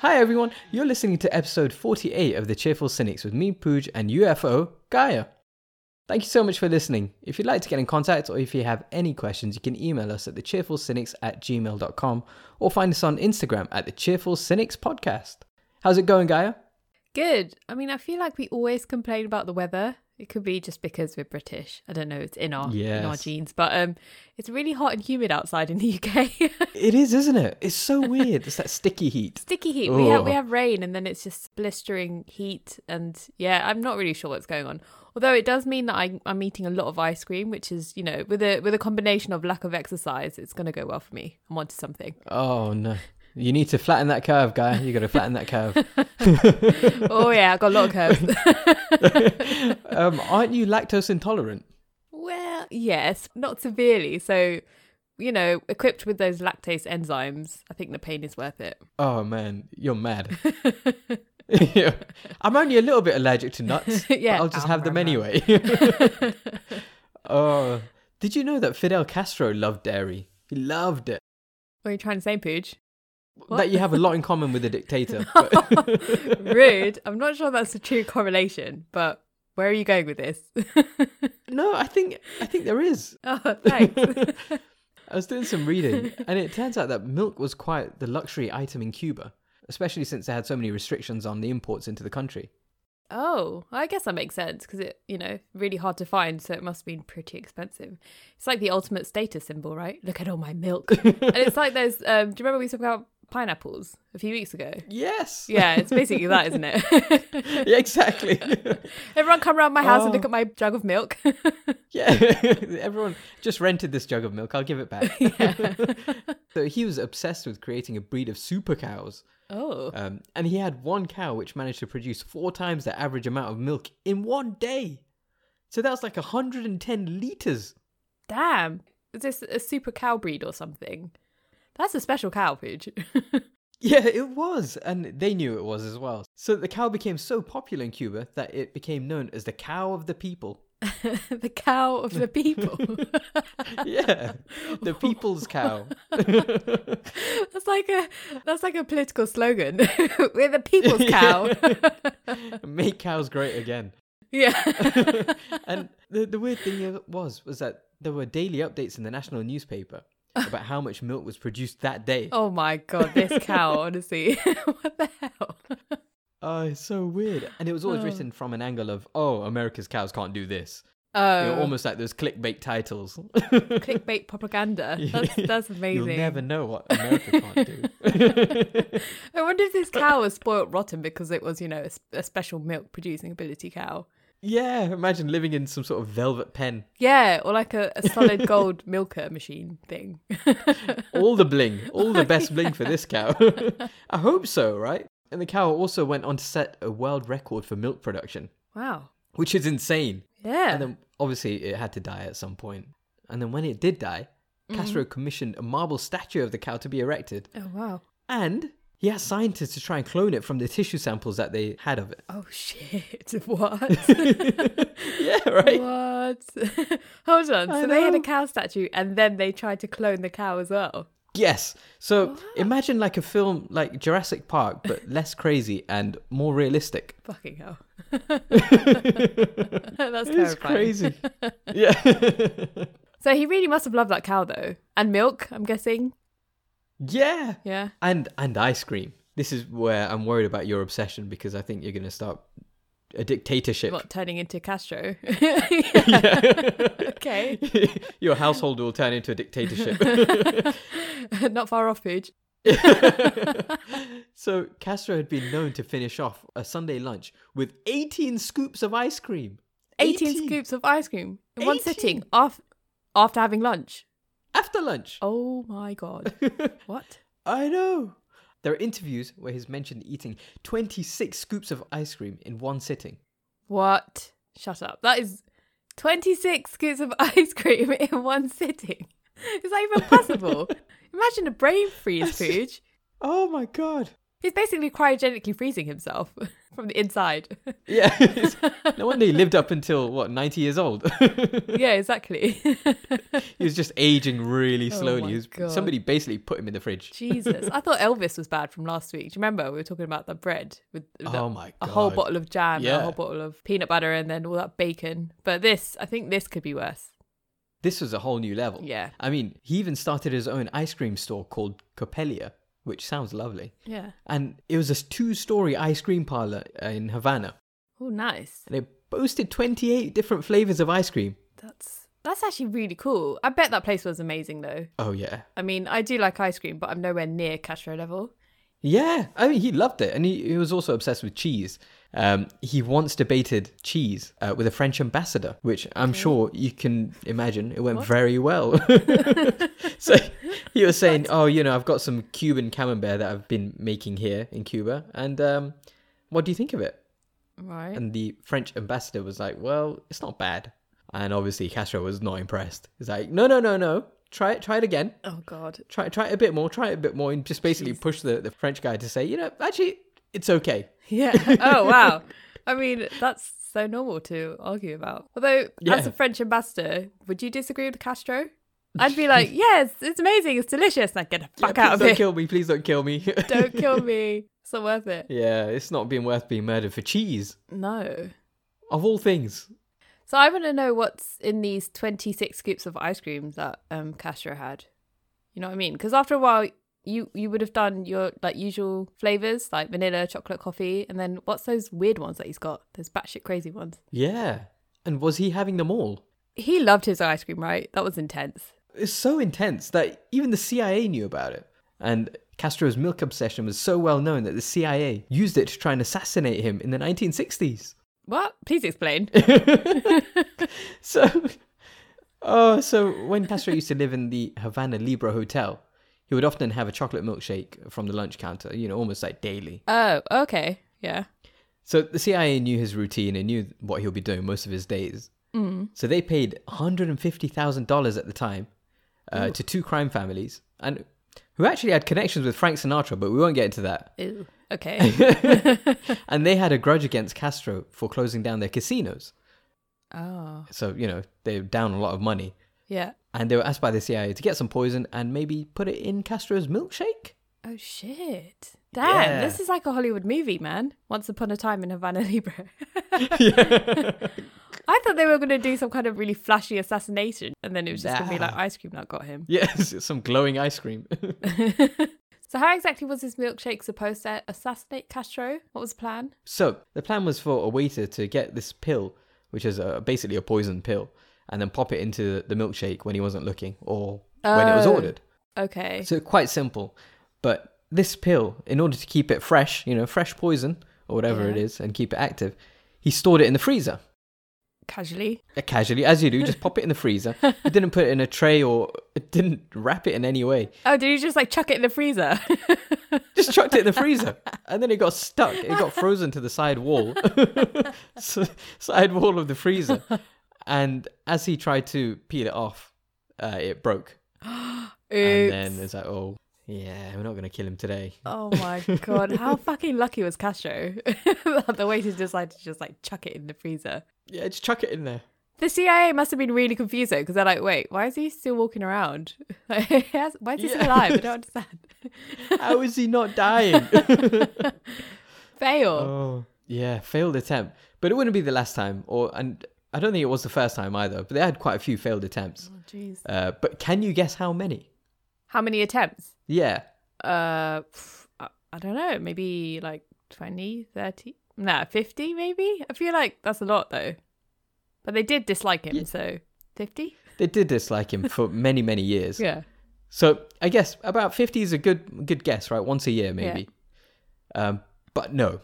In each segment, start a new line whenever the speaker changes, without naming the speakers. Hi everyone, you're listening to episode 48 of The Cheerful Cynics with me, Pooj, and UFO, Gaia. Thank you so much for listening. If you'd like to get in contact or if you have any questions, you can email us at thecheerfulcynics at gmail.com or find us on Instagram at The Cheerful Cynics Podcast. How's it going, Gaia?
Good. I mean, I feel like we always complain about the weather. It could be just because we're British. I don't know. It's in our in our
Yes.
genes, but um, it's really hot and humid outside in the UK.
It is, isn't it? It's so weird. it's that sticky heat.
Sticky heat. We have, we
Ooh.
have rain, and then it's just blistering heat. And yeah, I'm not really sure what's going on. Although it does mean that I, I'm eating a lot of ice cream, which is you know with a with a combination of lack of exercise, it's going to go well for me. I'm onto something.
Oh no. You need to flatten that curve, Gaia. You gotta flatten that curve.
oh yeah, I got a lot of curves.
Um, aren't you lactose intolerant?
Well, yes, not severely. So, you know, equipped with those lactase enzymes, I think the pain is worth it.
Oh man, you're mad. Yeah. I'm only a little bit allergic to nuts.
Yeah.
but I'll just
Um,
have them
um, um.
anyway. oh, did you know that Fidel Castro loved dairy? He loved it.
What are you trying to say, Pooch?
That you have a lot in common with a dictator. but-
Rude. I'm not sure that's a true correlation, but where are you going with this?
no, I think I think there is.
oh, thanks.
I was doing some reading, and it turns out that milk was quite the luxury item in Cuba, especially since they had so many restrictions on the imports into the country.
oh, I guess that makes sense because it, you know, really hard to find, so it must have been pretty expensive. It's like the ultimate status symbol, right? Look at all my milk. and it's like those, um, do you remember we talked about pineapples a few weeks ago?
Yes.
Yeah, it's basically that, isn't it?
Yeah, exactly.
Everyone come round my house and
Oh.
look at my jug of milk.
yeah. Everyone just rented this jug of milk. I'll give it back. so he was obsessed with creating a breed of super cows.
oh.
Um, and he had one cow which managed to produce four times the average amount of milk in one day. So that was like 110 liters.
Damn. Is this a super cow breed or something? That's a special cow, Pooch.
Yeah, it was. And they knew it was as well. So the cow became so popular in Cuba that it became known as the cow of the people.
the cow of the people.
Yeah, the people's cow.
that's like a that's like a political slogan. We're the people's cow.
Make cows great again.
yeah.
and the, the weird thing was was that there were daily updates in the national newspaper about how much milk was produced that day. Oh,
Oh my god, this cow, honestly. what the hell?
Ah, it's so weird. And it was always written from an angle of, oh, America's cows can't do this. You
Oh,
know, almost like those clickbait titles.
clickbait propaganda. That's that's amazing.
You'll never know what America can't do.
I wonder if this cow was spoilt rotten because it was, you know, a, s- a special milk producing ability cow.
yeah, imagine living in some sort of velvet pen.
Yeah, or like a, a solid gold milker machine thing.
All the bling, all the best bling for this cow. I hope so, right? And the cow also went on to set a world record for milk production,
Wow.
which is insane.
Yeah.
And then obviously it had to die at some point. And then when it did die,
Mm-hmm.
Castro commissioned a marble statue of the cow to be erected.
oh, wow.
And he asked scientists to try and clone it from the tissue samples that they had of it.
Oh, shit. What?
Yeah, right?
what? Hold on.
I
so they had a
know.
cow statue and then they tried to clone the cow as well.
Yes. So imagine like a film like Jurassic Park, but less crazy and more realistic.
Fucking hell. That's terrifying.
It's crazy. yeah.
So he really must have loved that cow, though. And milk, I'm guessing.
yeah.
Yeah.
And and ice cream. This is where I'm worried about your obsession because I think you're going to start a dictatorship.
What, turning into Castro? Yeah. okay.
your household will turn into a dictatorship.
Not far off, Pooch.
so Castro had been known to finish off a Sunday lunch with 18 scoops of ice cream.
18,
E
scoops of ice cream in one
18.
sitting af- after having lunch.
after lunch.
Oh my god. what?
I know. There are interviews where he's mentioned eating 26 scoops of ice cream in one sitting.
What? Shut up. That is 26 scoops of ice cream in one sitting. Is that even possible? Imagine a brain freeze, Pooch.
Oh my god.
He's basically cryogenically freezing himself from the inside.
Yeah. no wonder he lived up until, what, 90 years old?
yeah, exactly.
he was just aging really
Oh
slowly.
my
He was-
God.
somebody basically put him in the fridge.
Jesus. I thought Elvis was bad from last week. Do you remember we were talking about the bread with with the-
oh my God.
a whole bottle of jam, and
Yeah.
a whole bottle of peanut butter, and then all that bacon? But this, I think this could be worse.
This was a whole new level.
Yeah.
I mean, he even started his own ice cream store called Copelia, which sounds lovely.
Yeah.
And it was a two story ice cream parlor uh, in Havana.
Oh, nice.
And it boasted 28 different flavors of ice cream.
That's that's actually really cool. I bet that place was amazing though.
Oh, yeah.
I mean, I do like ice cream, but I'm nowhere near Castro level.
Yeah, I mean, he loved it, and he, he was also obsessed with cheese. Um, he once debated cheese uh, with a French ambassador, which I'm sure you can imagine it went very well. so he was saying, "Oh, you know, I've got some Cuban camembert that I've been making here in Cuba, and um, what do you think of it?"
Right.
And the French ambassador was like, "Well, it's not bad." And obviously Castro was not impressed. He's like, "No, no, no, no. Try it. Try it again
oh God.
try try it a bit more, try it a bit more, and just basically push the, the French guy to say, you know, actually, it's okay.
Yeah. Oh wow. I mean, that's so normal to argue about. Although,
Yeah.
as a French ambassador, would you disagree with Castro? I'd be like, yes, it's amazing, it's delicious. Now get the fuck
Yeah,
out
please
of
don't
here.
kill me, please don't kill me.
don't kill me. It's not worth it.
yeah, it's not been worth being murdered for cheese,
No.
of all things.
So I want to know what's in these 26 scoops of ice cream that um, Castro had. You know what I mean? Because after a while, you you would have done your like usual flavors like vanilla, chocolate, coffee, and then what's those weird ones that he's got? Those batshit crazy ones.
Yeah, and was he having them all?
He loved his ice cream, right? That was intense.
It's so intense that even the CIA knew about it, and. Castro's milk obsession was so well known that the CIA used it to try and assassinate him in the 1960s.
What? Please explain.
So, oh, so when Castro used to live in the Havana Libre Hotel, he would often have a chocolate milkshake from the lunch counter, you know, almost like daily.
oh, okay. Yeah.
So the CIA knew his routine and knew what he'll be doing most of his days. Mm. So they paid $150,000 at the time uh, to two crime families and who actually had connections with Frank Sinatra, but we won't get into that.
Ew. Okay.
And they had a grudge against Castro for closing down their casinos.
oh.
So, you know, they were down a lot of money.
Yeah.
and they were asked by the CIA to get some poison and maybe put it in Castro's milkshake.
Oh shit. Damn,
Yeah.
this is like a Hollywood movie, man. Once upon a time in Havana Libre. I thought they were going to do some kind of really flashy assassination, and then it was just going to be
Nah.
like ice cream that got him.
Yes, some glowing ice cream.
So, how exactly was this milkshake supposed to assassinate Castro? What was the plan?
so the plan was for a waiter to get this pill, which is uh basically a poison pill, and then pop it into the milkshake when he wasn't looking or when it was
Oh.
ordered.
Okay.
So quite simple. But this pill, in order to keep it fresh, you know, fresh poison or whatever
Yeah.
it is, and keep it active, he stored it in the freezer.
Casually.
Uh, Casually, as you do, just pop it in the freezer. He didn't put it in a tray or didn't wrap it in any way.
Oh, did he just like chuck it in the freezer?
just chucked it in the freezer and then it got stuck it got frozen to the side wall S- side wall of the freezer and as he tried to peel it off uh, it broke and then
Oops.
it's like oh yeah we're not gonna kill him today
Oh my god, how fucking lucky was Castro that the waiter decided to just like chuck it in the freezer.
yeah just chuck it in there
The CIA must have been really confused though, because they're like, "Wait, why is he still walking around? Like, he has- why is he still
Yeah.
alive? I don't understand."
how is he not dying
Oh. Fail.
oh yeah failed attempt but it wouldn't be the last time or and i don't think it was the first time either but they had quite a few failed attempts
Oh, Jeez.
uh, but can you guess how many
How many attempts?
yeah
Uh, pff, I, I don't know. Maybe like 20, 30, nah, 50 maybe? I feel like that's a lot though. But they did dislike him,
Yeah.
so 50?
they did dislike him for many many years
Yeah.
So I guess about fifty is a good good guess, right? Once a year, maybe. Um, but no,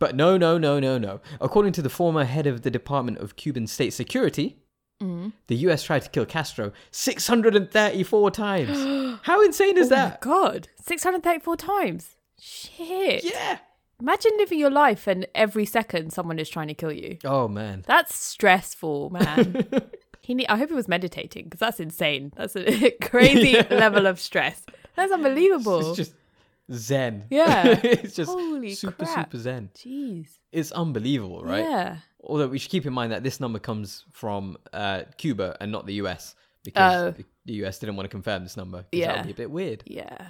but no, no, no, no, no. According to the former head of the Department of Cuban State Security,
Mm.
the U.S. tried to kill Castro six hundred and thirty-four times. How insane is
Oh my
that?
god. 634 times. Shit.
Yeah.
Imagine living your life and every second someone is trying to kill you.
Oh man.
That's stressful, man. he need, I hope he was meditating because that's insane. That's a crazy level of stress. That's unbelievable.
It's just zen.
Yeah.
it's just
Holy
super,
crap.
super zen.
Jeez.
It's unbelievable, right?
Yeah.
Although we should keep in mind that this number comes from uh, Cuba and not the US because
Oh.
the- the US didn't want to confirm this number. 'cause That
Yeah.
would be a bit weird.
Yeah.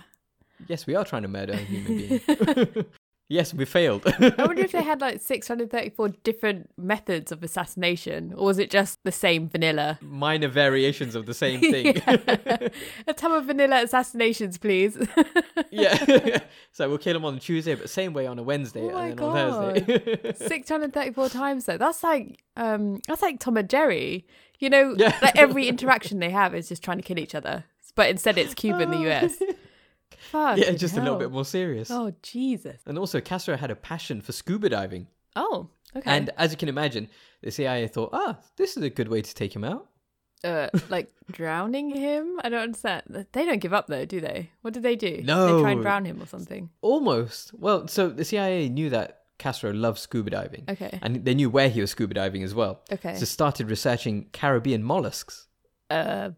Yes, we are trying to murder a human being. yes, we failed.
I wonder if they had like 634 different methods of assassination, or was it just the same vanilla?
Minor variations of the same thing.
Yeah. A ton of vanilla assassinations, please.
yeah. so we'll kill him on a Tuesday, but same way on a Wednesday
Oh my
and then on Thursday.
634 times though. That's like um that's like Tom and Jerry. You know,
Yeah.
like every interaction they have is just trying to kill each other. But instead it's Cuba and the US. Fuck.
yeah, just a little bit more serious.
Oh Jesus.
And also, Castro had a passion for scuba diving.
Oh, okay.
And as you can imagine, the CIA thought, ah, this is a good way to take him out.
uh, like drowning him? I don't understand. They don't give up though, do they? What did they do?
No.
They try and drown him or something.
Almost. Well, so the CIA knew that Castro loved scuba diving.
Okay.
And they knew where he was scuba diving as well.
Okay.
So started researching Caribbean mollusks.
Uh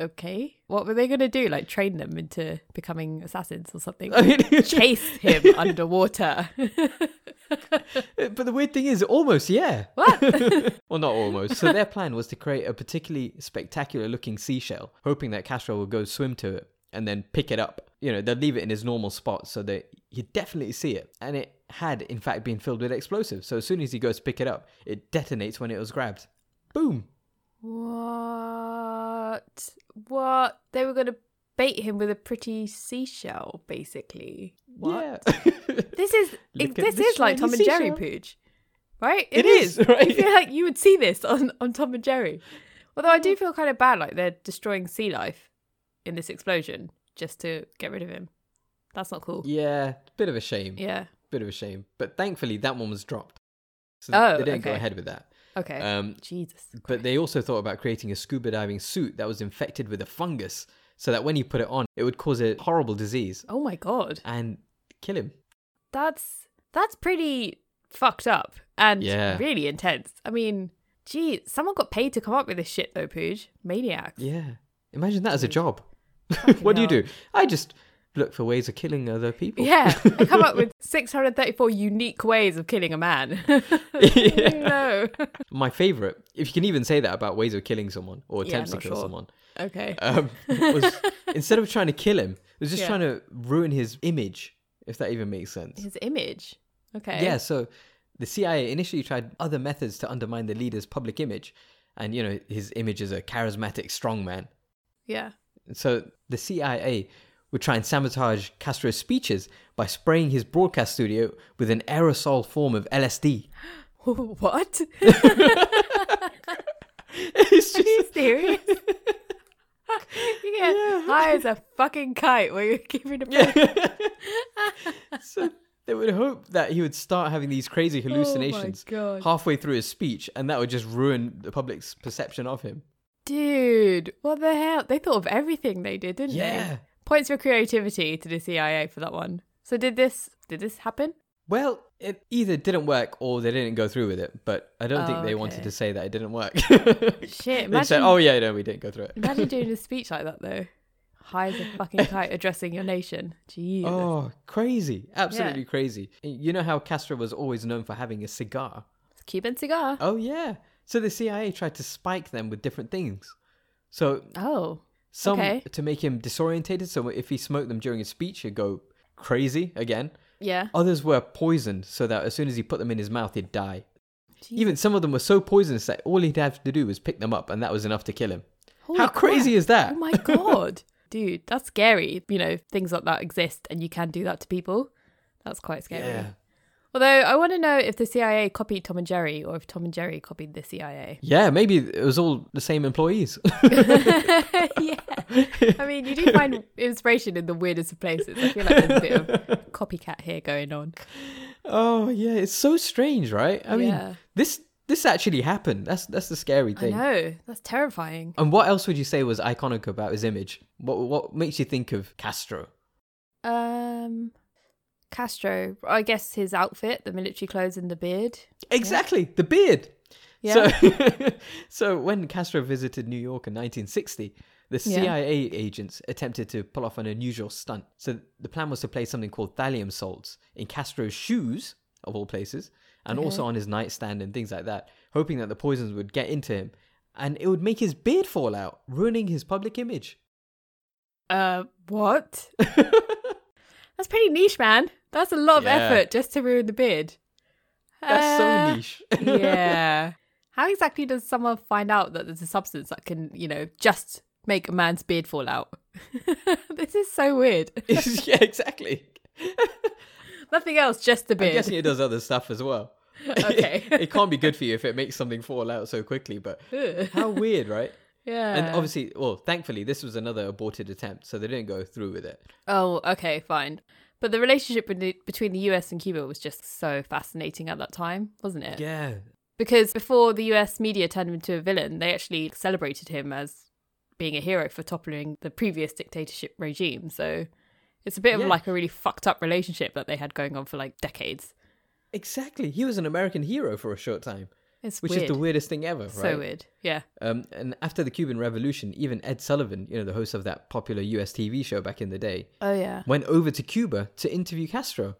okay. What were they gonna do? Like train them into becoming assassins or something?
I mean-
Chase him underwater.
Uh, But the weird thing is, almost, yeah.
What?
well, not almost. So their plan was to create a particularly spectacular looking seashell, hoping that Castro will go swim to it and then pick it up. You know, they'd leave it in his normal spot so that he'd definitely see it. And it had, in fact, been filled with explosives. So as soon as he goes to pick it up, it detonates when it was grabbed. Boom.
What? What? They were going to bait him with a pretty seashell, basically. What?
Yeah.
This is
Look
it,
at
this
this
is like Tom
shiny
and Jerry
seashell.
Pooch, right?
It is, right?
You feel like you would see this on on Tom and Jerry. Although I do feel kind of bad, like they're destroying sea life in this explosion just to get rid of him. That's not cool.
yeah. Bit of a shame.
Yeah.
Bit of a shame. But thankfully, that one was dropped. So
Oh,
they didn't go
okay.
ahead with that.
Okay.
Um,
Jesus.
But they also thought about creating a scuba diving suit that was infected with a fungus so that when you put it on, it would cause a horrible disease
Oh my god.
and kill him.
that's that's pretty fucked up and
Yeah.
really intense. I mean, gee, someone got paid to come up with this shit though, Pooj. Maniacs.
Yeah. Imagine that as a job.
Fucking
what do you
hell.
do? I just look for ways of killing other people.
Yeah, I come up with 634 unique ways of killing a man. no.
My favorite, if you can even say that about ways of killing someone or attempts to
I'm not
kill
sure.
someone,
Okay.
um, was instead of trying to kill him, it was just
Yeah.
trying to ruin his image, if that even makes sense.
His image. Okay.
Yeah, so the CIA initially tried other methods to undermine the leader's public image. And, you know, his image is a charismatic strongman.
Yeah.
And So the CIA would try and sabotage Castro's speeches by spraying his broadcast studio with an aerosol form of LSD.
What?
It's
Are you
just-
serious? you get high as a fucking kite while you're giving a
so they would hope that he would start having these crazy hallucinations
Oh God.
halfway through his speech, and that would just ruin the public's perception of him.
Dude, what the hell? They thought of everything they did, didn't
Yeah.
they? Points for creativity to the CIA for that one. So did this did this happen?
Well, it either didn't work or they didn't go through with it, but I don't think
Oh,
they wanted
okay.
to say that it didn't work.
Shit,
they
imagine
said, oh, yeah, no, we didn't go through it.
imagine doing a speech like that though. High as a fucking kite addressing your nation. Jesus.
Oh, crazy. Absolutely crazy. You know how Castro was always known for having a cigar?
It's Cuban cigar.
Oh, yeah. So the CIA tried to spike them with different things. So
Oh.
some
Okay.
to make him disorientated. So if he smoked them during his speech, he'd go crazy again.
Yeah.
Others were poisoned so that as soon as he put them in his mouth, he'd die. Even some of them were so poisonous that all he'd have to do was pick them up, and that was enough to kill him.
Holy
How
crap.
crazy is that?
Oh my god. Dude, that's scary. You know, things like that exist and you can do that to people. That's quite scary.
Yeah.
Although I want to know if the CIA copied Tom and Jerry or if Tom and Jerry copied the CIA.
Yeah, maybe it was all the same employees.
yeah. I mean, you do find inspiration in the weirdest of places. I feel like there's a bit of copycat here going on.
oh yeah, it's so strange, right? I
Yeah.
mean, this this actually happened. That's that's the scary
I
thing.
know. That's terrifying.
And what else would you say was iconic about his image? What what makes you think of Castro?
Um Castro, I guess his outfit, the military clothes and the beard.
Exactly, the beard.
Yeah.
So, so when Castro visited New York in 1960, the
Yeah.
CIA agents attempted to pull off an unusual stunt. So the plan was to place something called thallium salts in Castro's shoes, of all places, and also on his nightstand and things like that, hoping that the poisons would get into him and it would make his beard fall out, ruining his public image.
Uh, what? That's pretty niche, man. That's a lot of
Yeah.
effort just to ruin the beard.
That's
Uh,
so niche.
yeah. How exactly does someone find out that there's a substance that can, you know, just make a man's beard fall out? this is so weird.
yeah, exactly.
Nothing else, just the
I'm
beard.
guessing it does other stuff as well.
Okay.
it, can't be good for you if it makes something fall out so quickly, but how weird, right?
yeah.
And obviously, well, thankfully, this was another aborted attempt, so they didn't go through with it.
Oh, okay, fine. But the relationship be- between the US and Cuba was just so fascinating at that time, wasn't it?
Yeah.
Because before the US media turned him into a villain, they actually celebrated him as being a hero for toppling the previous dictatorship regime. So it's a bit
Yeah.
of like a really fucked up relationship that they had going on for like decades.
Exactly. He was an American hero for a short time,
It's
which
weird.
is the weirdest thing ever,
So
right?
weird. Yeah.
Um, and after the Cuban Revolution, even Ed Sullivan, you know, the host of that popular US TV show back in the day,
Oh, yeah.
went over to Cuba to interview Castro.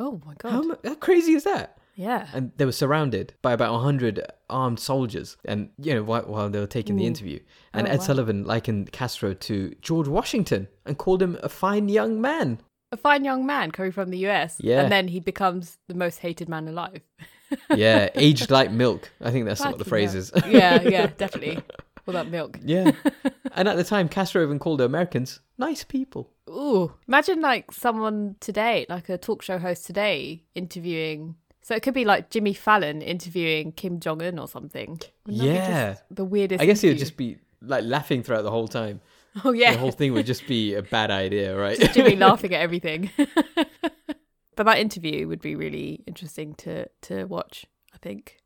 Oh, my God.
How, mu- how crazy is that?
yeah.
and they were surrounded by about 100 armed soldiers and you know while, while they were taking the interview and
Oh,
ed
wow.
sullivan likened castro to george washington and called him a fine young man
A fine young man coming from the US.
Yeah.
And then he becomes the most hated man alive.
yeah aged like milk i think that's what the
Fucking
phrase is
hell. yeah, yeah, definitely. All that milk.
yeah and at the time castro even called the americans nice people
Ooh, imagine like someone today, like a talk show host today, interviewing. So it could be like Jimmy Fallon interviewing Kim Jong Un or something. Wouldn't that be
Yeah.
just the weirdest.
i guess he would
interview?
just be like laughing throughout the whole time
Oh yeah,
the whole thing would just be a bad idea right
Jimmy laughing at everything. but that interview would be really interesting to to watch. I think.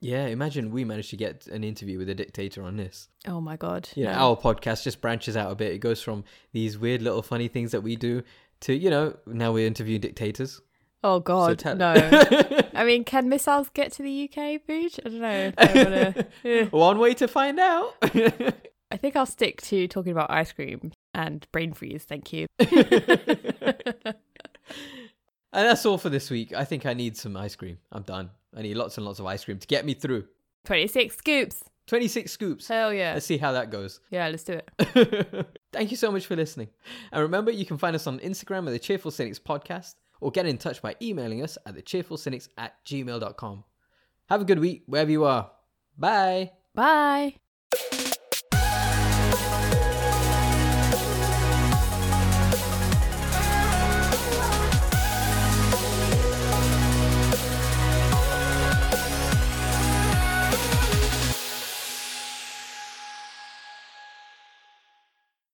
yeah imagine we managed to get an interview with a dictator on this
Oh my god.
you know,
no.
our podcast just branches out a bit. It goes from these weird little funny things that we do to, you know, now we interview dictators.
oh
So
god.
tell-
no. I mean, can missiles get to the UK, Booge? I don't know. If I, wanna... Eh.
One way to find out.
I think I'll stick to talking about ice cream and brain freeze. Thank you.
and that's all for this week. I think I need some ice cream. I'm done. I need lots and lots of ice cream to get me through.
26 scoops.
26 scoops.
Hell yeah.
Let's see how that goes.
Yeah, let's do it.
Thank you so much for listening. And remember, you can find us on Instagram at the Cheerful Cynics Podcast or get in touch by emailing us at the thecheerfulcynics at gmail.com. Have a good week wherever you are. Bye.
Bye.